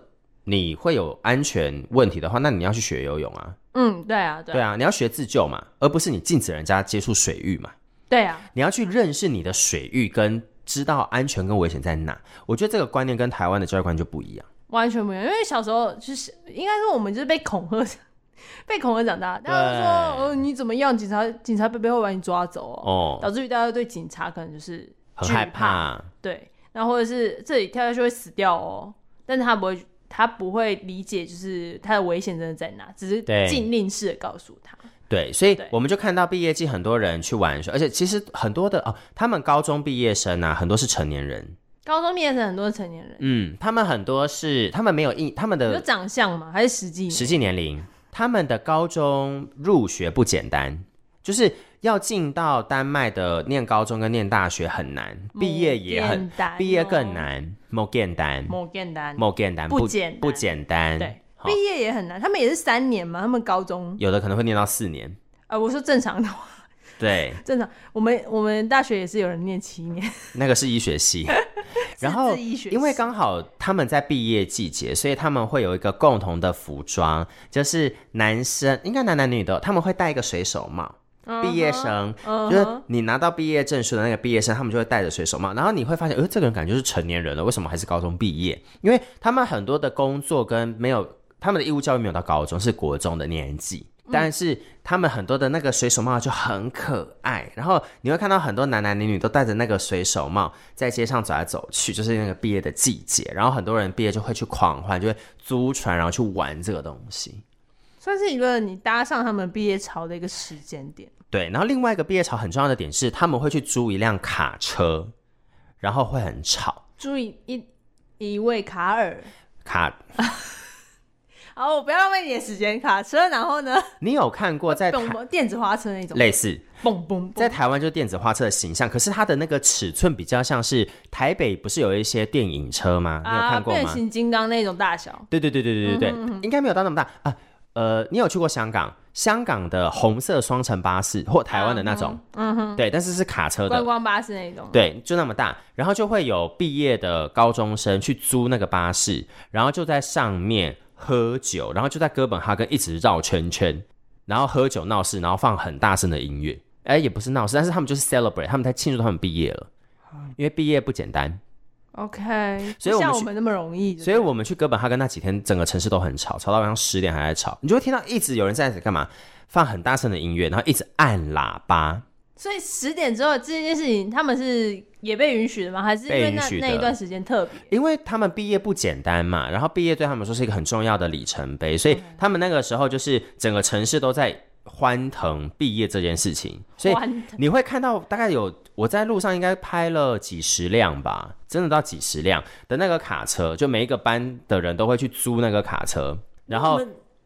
你会有安全问题的话，那你要去学游泳啊，嗯，对啊，对对啊，啊，你要学自救嘛，而不是你禁止人家接触水域嘛。对啊，你要去认识你的水域，跟知道安全跟危险在哪。我觉得这个观念跟台湾的教育观就不一样。完全没有，因为小时候就是应该说我们就是被恐吓， 被恐吓长大。大家都说，呃，你怎么样，警察警察贝贝会把你抓走哦，哦，导致于大家对警察可能就是很惧害怕，怕。对，然后或者是这里跳下去会死掉哦，但是他不会，他不会理解就是他的危险真的在哪，只是对禁令式的告诉他。对，所以对我们就看到毕业季很多人去玩水，而且其实很多的哦，他们高中毕业生啊，很多是成年人。高中毕业生很多成年人，嗯，他们很多是他们没有一他们有的长相吗？还是实际？实际年龄，他们的高中入学不简单，就是要进到丹麦的念高中跟念大学很难，毕业也很简单哦毕业更，难，某简单。某简单，某简单不简单不简单，对，好毕业也很难。他们也是三年嘛，他们高中，有的可能会念到四年，呃，我说正常的 话，对， 正常。我们我们大学也是有人念七年， 那个是医学系，然后自医学系因为刚好他们在毕业季节，所以他们会有一个共同的服装，就是男生应该男男女女都有，他们会戴一个水手帽。毕业生、嗯哼就是你拿到毕业证书的那个毕业生，他们就会戴着水手帽，然后你会发现，呃，这个人感觉是成年人了，为什么还是高中毕业？因为他们很多的工作跟没有他们的义务教育没有到高中，是国中的年纪。嗯但是他们很多的那个水手帽就很可爱，然后你会看到很多男男女女都戴着那个水手帽在街上走来走去，就是那个毕业的季节，然后很多人毕业就会去狂欢，就会租船然后去玩这个东西。算是一个你搭上他们毕业潮的一个时间点。对，然后另外一个毕业潮很重要的点是，他们会去租一辆卡车，然后会很吵，注意一一位卡尔，卡好，我不要浪费你的时间。卡车，然后呢，你有看过在蹦台蹦电子花车那种，类似蹦蹦在蹦，台湾就是电子花车的形象，可是它的那个尺寸比较像是台北不是有一些电影车吗？你有啊，看过变吗？形金刚那种大小，对对对对对对对，应该没有到那么大啊。呃，你有去过香港？香港的红色双层巴士或台湾的那种，嗯哼，对，但是是卡车的观，光巴士那种，对，就那么大，然后就会有毕业的高中生去租那个巴士，然后就在上面喝酒，然后就在哥本哈根一直绕圈圈，然后喝酒闹事，然后放很大声的音乐。哎，也不是闹事，但是他们就是 celebrate，他们在庆祝他们毕业了，因为啊毕业不简单。 ，OK，所以我们不像去我们那么容易，所以我们去哥本哈根那几天，整个城市都很吵，吵到晚上十点还在吵，你就会听到一直有人在干嘛，放很大声的音乐，然后一直按喇叭，所以十点之后这件事情，他们是也被允许的吗？还是因为被允那许的那一段时间特别？因为他们毕业不简单嘛，然后毕业对他们来说是一个很重要的里程碑，所以嗯他们那个时候就是整个城市都在欢腾毕业这件事情，所以欢你会看到大概有我在路上应该拍了几十辆吧，真的到几十辆的那个卡车，就每一个班的人都会去租那个卡车，然后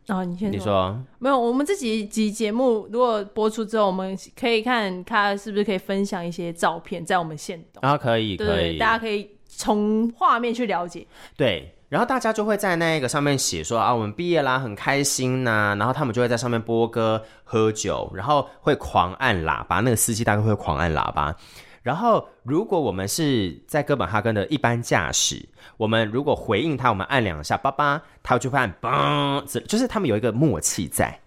哦，你先你说没有，我们这几集节目如果播出之后，我们可以看他是不是可以分享一些照片在我们现动，啊，可以对可以，对，大家可以从画面去了解。对，然后大家就会在那个上面写说啊，我们毕业啦，很开心呐、然后他们就会在上面播歌、喝酒，然后会狂按喇叭，那个司机大概会狂按喇叭。然后，如果我们是在哥本哈根的一般驾驶，我们如果回应他，我们按两下叭叭，他就会按嘣，这就是他们有一个默契在，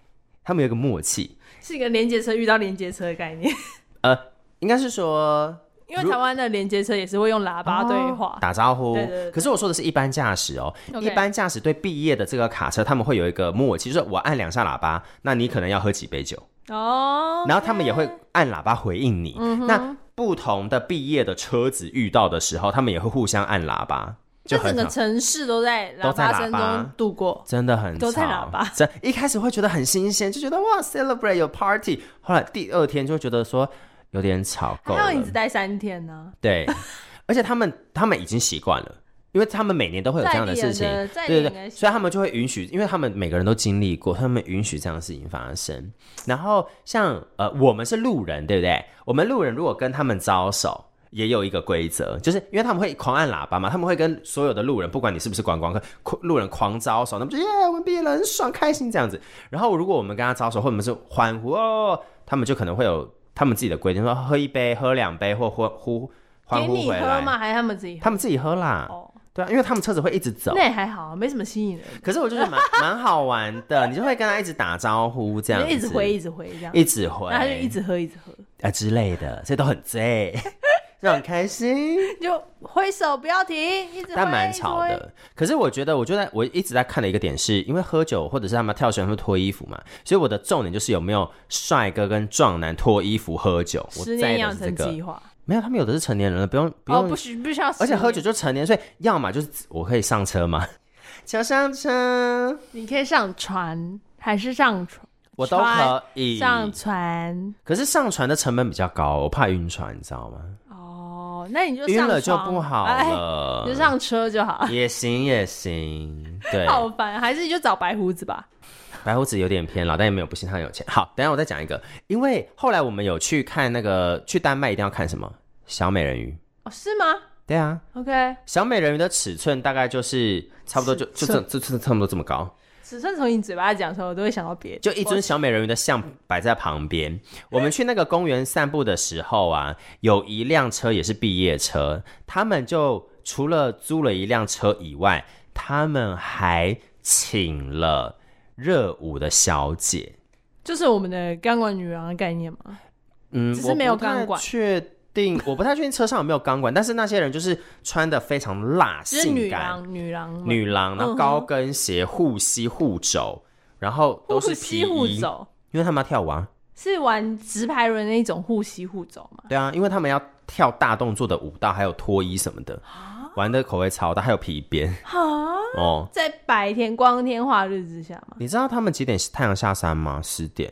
他们有一个默契。是一个连接车遇到连接车的概念， 呃，应该是说因为台湾的连接车也是会用喇叭对话。打招呼。对对对可是我说的是一般驾驶哦， OK 一般驾驶对毕业的这个卡车，他们会有一个默契，就是我按两下喇叭，那你可能要喝几杯酒，哦，然后他们也会按喇叭回应你。嗯那不同的毕业的车子遇到的时候，他们也会互相按喇叭，就这整很个好城市都在喇叭声都在喇叭中度过。真的很都在吵喇叭真一开始会觉得很新鲜，就觉得哇，celebrate 有 party。后来第二天就觉得说有点吵够还了好，你只待三天呢、对， 而且他们他们已经习惯了，因为他们每年都会有这样的事在地情人的，在地对对人对，的习惯所以他们就会允许，因为他们每个人都经历过，他们允许这样的事情发生。然后像呃，我们是路人，对不对？我们路人如果跟他们招手。也有一个规则，就是因为他们会狂按喇叭嘛，他们会跟所有的路人，不管你是不是观光客，狂路人狂招手，他们就耶，我们毕业了，很爽，开心这样子。然后如果我们跟他招手，或者我们是欢呼哦，他们就可能会有他们自己的规定，说喝一杯、喝两杯或或呼欢给呼你回喝来。吗？还是他们自己喝？他们自己喝啦，哦，对啊，因为他们车子会一直走那。也还好啊，没什么吸引人，可是我就觉得蛮蛮好玩的，你就会跟他一直打招呼这样就子，一直回，一直回这样，一直回，然后他就一直喝，一直喝，啊之类的，所以都很 醉，就很开心。就挥手不要停，一直挥但蛮吵。一直挥的。可是我觉得，我就在我一直在看的一个点是，因为喝酒或者是他们跳绳会脱衣服嘛，所以我的重点就是有没有帅哥跟壮男脱衣服喝酒。我十在年意的养是这成个计，划，没有，他们有的是成年人了，不用不哦，用不需不需要十年，而且喝酒就成年，所以要么就是我可以上 车嘛，想上车，你可以上船还是上船？我都可以。上船可是上船的成本比较高，我怕晕船，你知道吗？哦，那你就上晕了就床不好哎了，你就上车就好。也行也行， 对，好烦，还是你就找白胡子吧。白胡子有点偏老，但也没有不信他很有钱。好，等一下我再讲一个，因为后来我们有去看那个去丹麦一定要看什么小美人鱼，哦，是吗对啊， ？OK，小美人鱼的尺寸大概就是差不多就尺就这这这差不多这么高，尺寸从你嘴巴讲的时候，我都会想到别的。就一尊小美人鱼的像摆在旁边。我们去那个公园散步的时候啊，有一辆车也是毕业车，他们就除了租了一辆车以外，他们还请了热舞的小姐。就是我们的钢管女郎的概念嘛。嗯，只是我没有不太钢管确定，我不太确定车上有没有钢管，但是那些人就是穿的非常辣、就是性女感，郎，嗯女郎嘛， 女郎，然后高跟鞋、护膝、护肘，然后都护是膝 P 护衣，肘，因为他们要跳舞啊，是玩直排轮那一种护膝护肘嘛？对啊，因为他们要跳大动作的舞蹈，还有脱衣什么的，玩的口味超大，还有皮鞭啊，哦。在白天光天化日之下嘛， 你知道他们几点太阳下山吗？十点。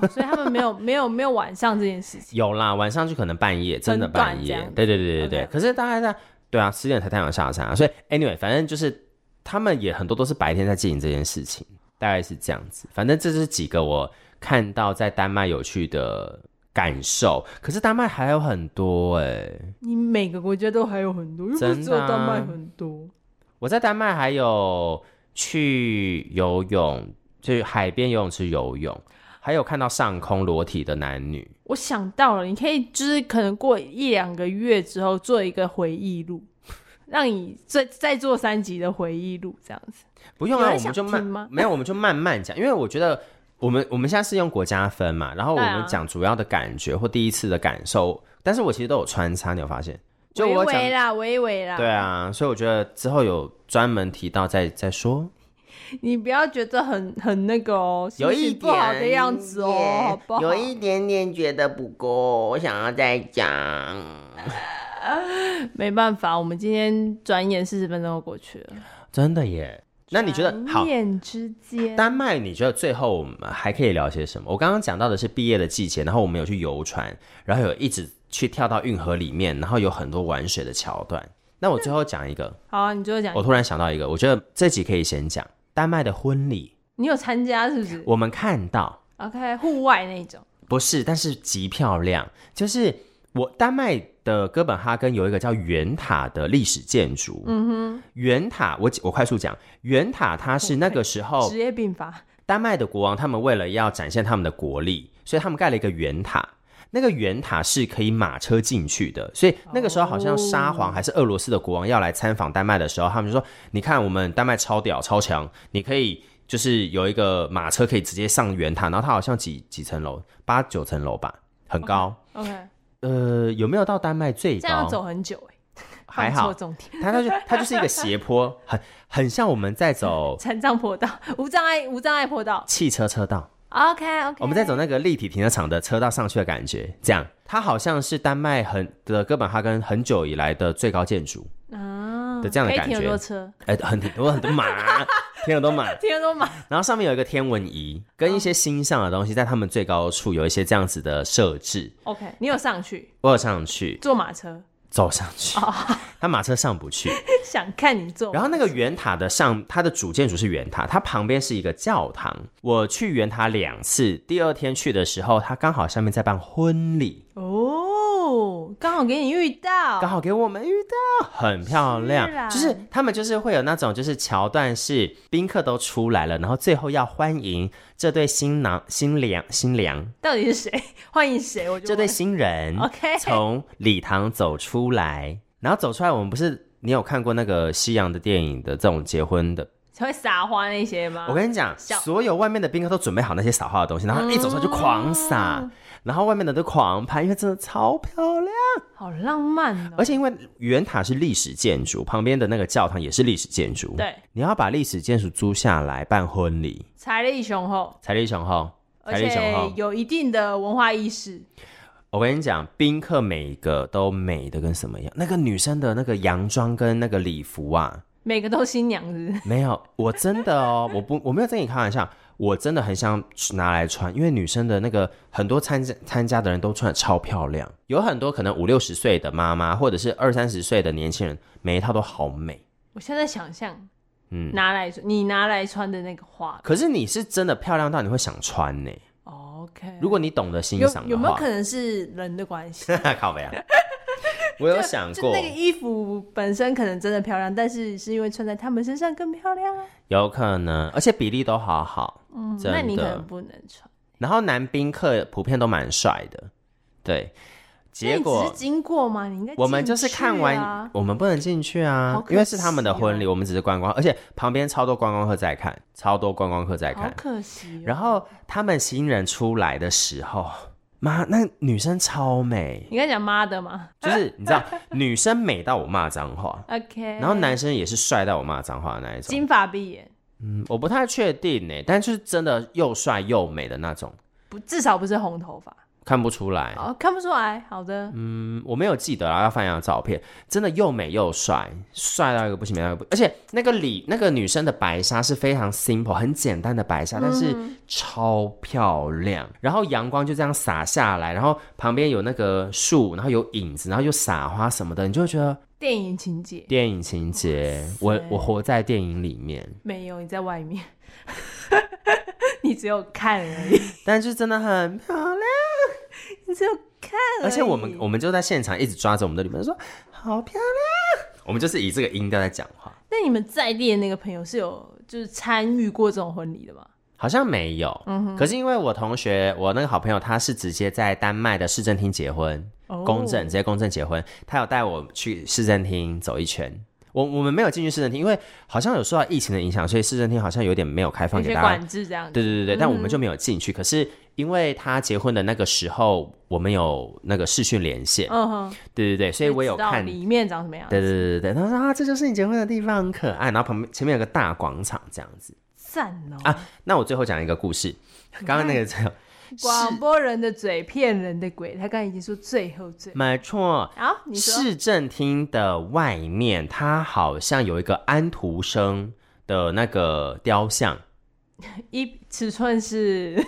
哦所以他们没有没有没有晚上这件事情。有啦，晚上就可能半夜，真的很短半这夜样。对对对对对。 OK 可是大概在对啊，十点才太阳下山啊，所以 anyway，反正就是他们也很多都是白天在进行这件事情，大概是这样子。反正这是几个我看到在丹麦有趣的感受。可是丹麦还有很多哎、你每个国家都还有很多，又不真是的只有丹麦啊很多。我在丹麦还有去游泳，去海边游泳池游泳，还有看到上空裸体的男女。我想到了，你可以就是可能过一两个月之后做一个回忆录， 让你再再做三集的回忆录这样子。不用有人啊，我们想就慢听吗没有，我们就慢慢讲，因为我觉得我们我们现在是用国家分嘛，然后我对啊们讲主要的感觉或第一次的感受，但是我其实都有穿插，你有发现？就我微有讲啊微啦，微微啦。对啊，所以我觉得之后有专门提到再再说。你不要觉得很很那个哦，有心一情不好的点样子哦，点好不好？有一点点觉得不够，我想要再讲。没办法，我们今天转眼四十分钟就过去了。真的耶？那你觉得好转？眼之间，丹麦，你觉得最后我们还可以聊些什么？我刚刚讲到的是毕业的季节，然后我们有去游船，然后有一直去跳到运河里面，然后有很多玩水的桥段。那我最后讲一个，好、啊，你就讲我，突然想到一个，我觉得这集可以先讲丹麦的婚礼。你有参加是不是我们看到？OK，户外那种，不是，但是极漂亮。就是我丹麦的哥本哈根有一个叫圆塔的历史建筑。嗯哼，圆塔，我我快速讲，圆塔它是那个时候职业病法，丹麦的国王他们为了要展现他们的国力，所以他们盖了一个圆塔。那个圆塔是可以马车进去的，所以那个时候好像沙哦皇还是俄罗斯的国王要来参访丹麦的时候，他们就说：“你看我们丹麦超屌超强，你可以就是有一个马车可以直接上圆塔，然后它好像几几层楼，八九层楼吧，很高。 OK，呃，有没有到丹麦最哦这样要高？走很久哎、还放错好，重点，它它就它就是一个斜坡，很很像我们 在走残障坡道，无障碍无障碍坡道汽车车道。 ，OK OK，我们在走那个立体停车场的车道上去的感觉，这样，它好像是丹麦很的哥本哈根很久以来的最高建筑啊的这样的感可以停很多觉，车，哎、很很多很多马，天很多马，停很多马， 然后上面有一个天文仪跟一些星象的东西，在他们最高处有一些这样子的设置， OK，你有上去我有上去，坐马车， 走上去，他马车上不去，想看你坐马，然后那个圆塔的上，它的主建筑是圆塔，它旁边是一个教堂。我去圆塔两次，第二天去的时候，它刚好下面在办婚礼。哦，刚好给你遇到，刚好给我们遇到，很漂亮。哦是啊就是他们就是会有那种就是桥段是宾客都出来了，然后最后要欢迎这对新郎、新娘、新娘到底是谁？欢迎谁？我就这对新 人 OK 从礼堂走出来，然后走出来，我们不是你有看过那个西洋的电影的这种结婚的？才会撒花那些吗？我跟你讲，笑所有外面的宾客都准备好那些撒花的东西，然后一走出来就狂撒，然后外面的都狂拍，因为真的超漂亮。好浪漫哦、而且因为圆塔是历史建筑，旁边的那个教堂也是历史建筑。对，你要把历史建筑租下来办婚礼，财力雄厚，财力雄厚，而财力雄且厚。有一定的文化意识。我跟你讲，宾客每一个都美的跟什么一样。那个女生的那个洋装跟那个礼服啊， 每个都新娘子， 没有，我真的哦，我不，我没有跟你开玩笑，我真的很想拿来穿，因为女生的那个很多参加参加的人都穿的超漂亮，有很多可能五六十岁的妈妈或者是二三十岁的年轻人，每一套都好美。我现在想象，嗯拿来你拿来穿的那个画可是你是真的漂亮到你会想穿呢、 ，OK。哦如果你懂得欣有赏的话，有没有可能是人的关系？能 靠背啊？我有想就过，那个衣服本身可能真的漂亮，但是是因为穿在他们身上更漂亮啊。有可能，而且比例都好好，嗯，真的那你可能不能穿。然后男宾客普遍都蛮帅的，对。结那你果只是经过嘛，你应该、我们就是看完，啊。我们不能进去啊好，可因为是他们的惜哦婚礼，我们只是观光，而且旁边超多观光客在看，超多观光客在好看。可惜、哦。然后他们新人出来的时候，妈，那女生超美，你刚才讲妈的嘛就是你 知道，女生美到我骂脏话， ，OK。然后男生也是帅到我骂脏话的那一种。金发碧眼，嗯，我不太确定呢，但就是真的又帅又美的那种，不至少不是红头发，看不出来。哦，看不出来。好的，嗯，我没有记得啦，要翻一下照片，真的又美又帅，帅到一个不行，美到一个不，而且那个礼那个女生的白纱是非常 simple 很简单的白纱，但是超漂亮。然后阳光就这样洒下来，然后旁边有那个树，然后有影子，然后又撒花什么的，你就会觉得电影情节电影情节，我我活在电影里面。没有，你在外面， 你只有看而已，但是真的很漂亮，你只有看已而且我哎们我们就在现场一直抓着我们的女朋友说好漂亮，我们就是以这个音调在讲话，那你们在地的那个朋友是有就是参与过这种婚礼的吗？好像没有，嗯可是因为我同学我那个好朋友他是直接在丹麦的市政厅结婚，哦公证直接公证结婚，他有带我去市政厅走一圈。我我们没有进去市政厅，因为好像有受到疫情的影响，所以市政厅好像有点没有开放有给些大家管嗯制这样子，对对对对，但我们就没有进去。可是因为他结婚的那个时候，我们有那个视讯连线，嗯哼，对对对，所以我有知道看。里面长什么样子。对对对对对，他说啊，这就是你结婚的地方，很可爱。然后旁边前面有个大广场这样子，赞哦、啊那我最后讲一个故事，刚刚那个 最后广播人的嘴骗人的鬼，他刚才已经说最后最后。没错，好，你说市政厅的外面，它好像有一个安徒生的那个雕像，一尺寸是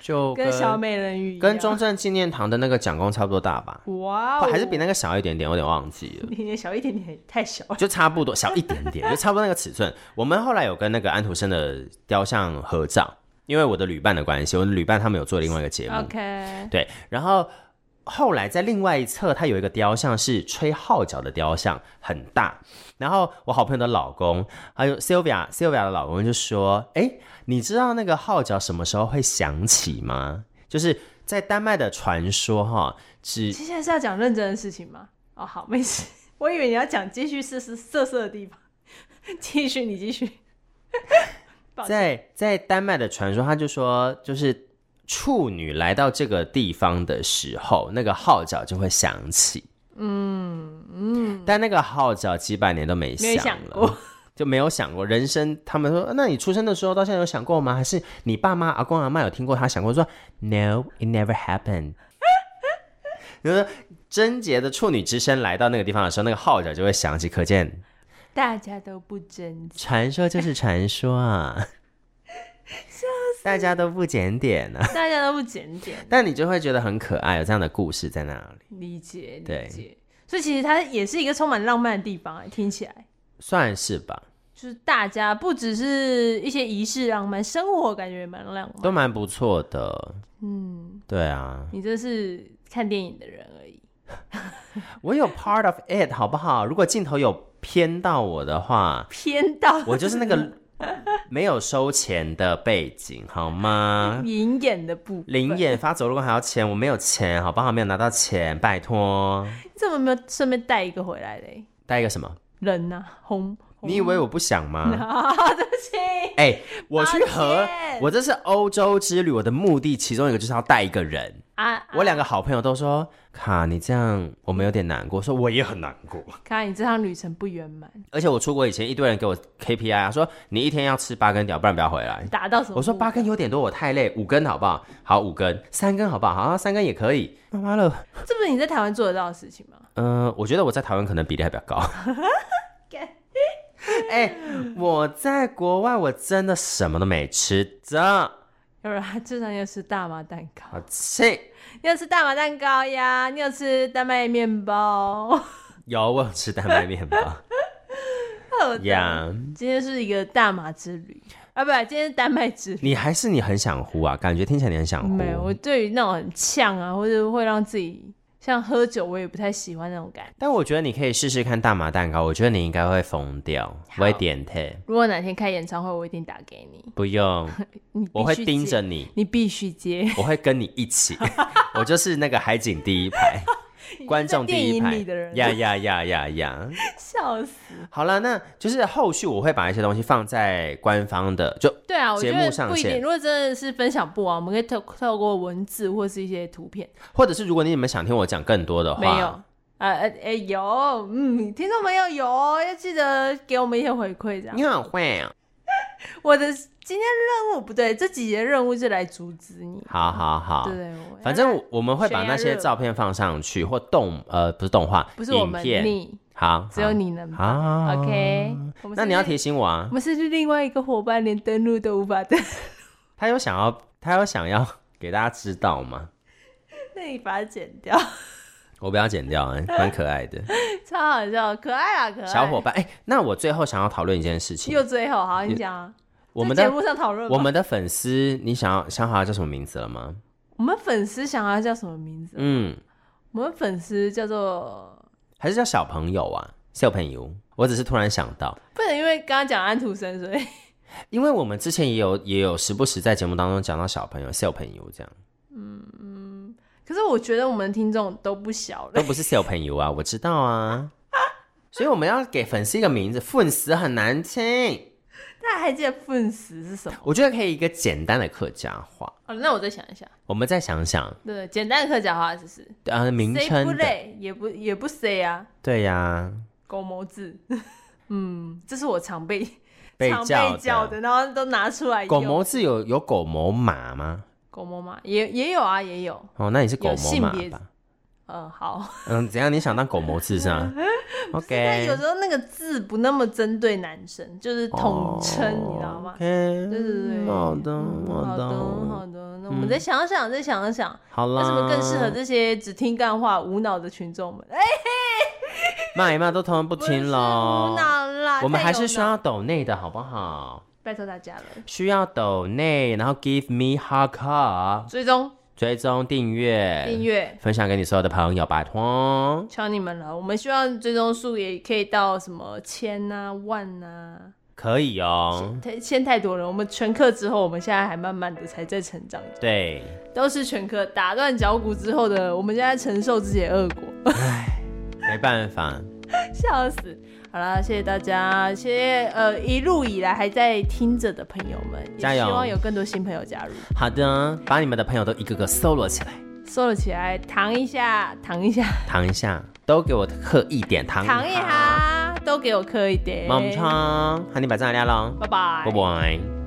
就跟小美人鱼一样跟中正纪念堂的那个蒋公差不多大吧，哇、或哦，还是比那个小一点点，我有点忘记了。一点点小一点点，太小了。就差不多小一点点，就差不多那个尺寸。我们后来有跟那个安徒生的雕像合照，因为我的旅伴的关系，我的旅伴他们有做另外一个节目， OK，对，然后后来在另外一侧，它有一个雕像是吹号角的雕像，很大。然后我好朋友的老公，还有 Sylvia Sylvia 的老公就说：“哎，你知道那个号角什么时候会响起吗？就是在丹麦的传说哈，只接下来是要讲认真的事情吗？哦，好，没事。 我以为你要讲继续色色色色的地方， 继续你继续。抱歉在在丹麦的传说，他就说，就是处女来到这个地方的时候，那个号角就会响起。嗯嗯，但那个号角几百年都没没有响响了过。就没有想过人生，他们说，哦那你出生的时候到现在有想过吗？还是你爸妈、阿公阿妈有听过他想过说，No，it never happened。就是贞洁的处女之身来到那个地方的时候，那个号角就会响起，可见大家都不珍惜，传说就是传说啊，大家都不检点啊，大家都不检点，但你就会觉得很可爱，有这样的故事在那里，理解对理解。所以其实它也是一个充满浪漫的地方、哎听起来算是吧，就是大家不只是一些仪式浪漫，生活感觉也蛮浪漫。都蛮不错的。嗯，对啊，你这是看电影的人而已。我有 part of it，好不好？如果镜头有偏到我的话，偏到 我就是那个没有收钱的背景，好 吗？灵眼的部分。零啊眼发走路还要钱，我没有钱，好不好？没有拿到钱，拜托。你怎么没有顺便带一个回来嘞？带一个什么？人呐、红红你以为我不想吗？啊，对不起，哎、我去抱荷歉，我这次欧洲之旅，我的目的其中一个就是要带一个人。啊，我两个好朋友都说：“卡，你这样我们有点难过。”说我也很难过。看来你这趟旅程不圆满，而且我出国以前，一堆人给我 KPI 啊，说你一天要吃八根屌，不然不要回来。达到什么？我说八，根有点多，我太累，五根好不好？好，五根，三根好不好？好，三根也可以。妈妈了，这不是你在台湾做得到的事情吗？呃，我觉得我在台湾可能比例还比较高。哎、我在国外我真的什么都没吃着，有人他经常要吃大麻蛋糕，好气。你有吃大麻蛋糕呀？你有吃丹麦面包？ 有，我有吃蛋白面包呀。今天是一个大麻之旅啊，不，今天是丹麦之旅。你还是你很想呼啊？感觉听起来你很想呼。没有，我对于那种很呛啊，或者会让自己像喝酒，我也不太喜欢那种感觉。但我觉得你可以试试看大麻蛋糕，我觉得你应该会疯掉，我会点退。如果哪天开演唱会，我一定打给 你，不用，你必我会须盯接着你，你必须接。我会跟你 一起，我就是那个海景第一排，观众第一电排影里的人呀呀呀呀呀！笑死！好了，那就是后续我会把一些东西放在官方的，就对啊，我觉节目得上不一线定。如果真的是分享不完，我们可以透透过文字或是一些图片。或者是如果你们想听我讲更多的话，没有，呃呃呃，有，嗯，听众朋友有哦，要记得给我们一些回馈，这样你。很会啊。我的今天任务不对，这几节任务是来阻止你。好好好，对，对，我啊反正我我们会把悬崖那些热照片放上去，或动呃不是动画，不是我影们，片你好，只有好你能吧。好 OK，我们那是你要不是提醒我啊我，们是不是另外一个伙伴连登录都无法登， 他有想要他有想要 给大家知道吗？那你把它剪掉，我不要剪掉、欸，蛮可 爱的超好笑，可爱啊，可爱。小伙伴。哎、那我最后想要讨论一件事 情又，最后，好，你讲啊。我在们节的目上讨论吧，我们的粉丝，你想要想好他叫什么名字了吗？我们粉丝想要叫什么名字？啊嗯，我们粉丝叫做还是叫小朋友啊，小朋友。我只是突然想到，不能因为刚刚讲安徒生，所以因为我们之前也有也有时不时在节目当中讲到小朋友、小朋友这样，可是我觉得我们听众都不小都了，不是小朋友啊，我知道 啊。所以我们要给粉丝一个名字，粉丝很难听。大家还记得粉丝是什么？我觉得可以一个简单的客家话，哦，那我再想一下，我们再想想，对，简单的客家话就是呃，名谁不称的，累也不也不谁啊，对呀、 狗毛字，嗯，这是我常被被常叫被叫的的，哎然后都拿出来用。狗毛字有有狗毛马吗？狗毛嘛，也也有啊，也有。哦，那你是狗有毛性马别吧？嗯，好。嗯，怎样？你想当狗毛字是 吗但有？OK，时候那个字不那么针对男生，就是统称，你知道吗？对哦？OK，对对。好的，好的，好的，嗯好的，那我们再想想，再想想，好啦。那是不是更适合这些只听干话、无脑的群众们？哎，骂一骂都通通不不是听无喽。脑啦，我们太还有是需脑要抖内的好不好？拜托大家了，需要抖内，然后 give me hard car，追踪、追踪订阅，订阅，分享给你所有的朋友，拜托。求你们了。我们希望追踪数也可以到什么千啊、万啊，可以哦，太千太多了。我们全课之后，我们现在还慢慢的才在成长，对，都是全课打断脚骨之后的，我们现在承受自己的恶果， 没办法，笑死。好啦，谢谢大家，谢谢呃一路以来还在听着的朋友们，也加油希望有更多新朋友加入，好的，把你们的朋友都一个个搜罗起来，收了起来，躺一下，躺一下，躺一下，都给我刻一点，躺躺一下，下，都给我磕一点，猛冲，喊你把赞料喽，拜拜，拜拜。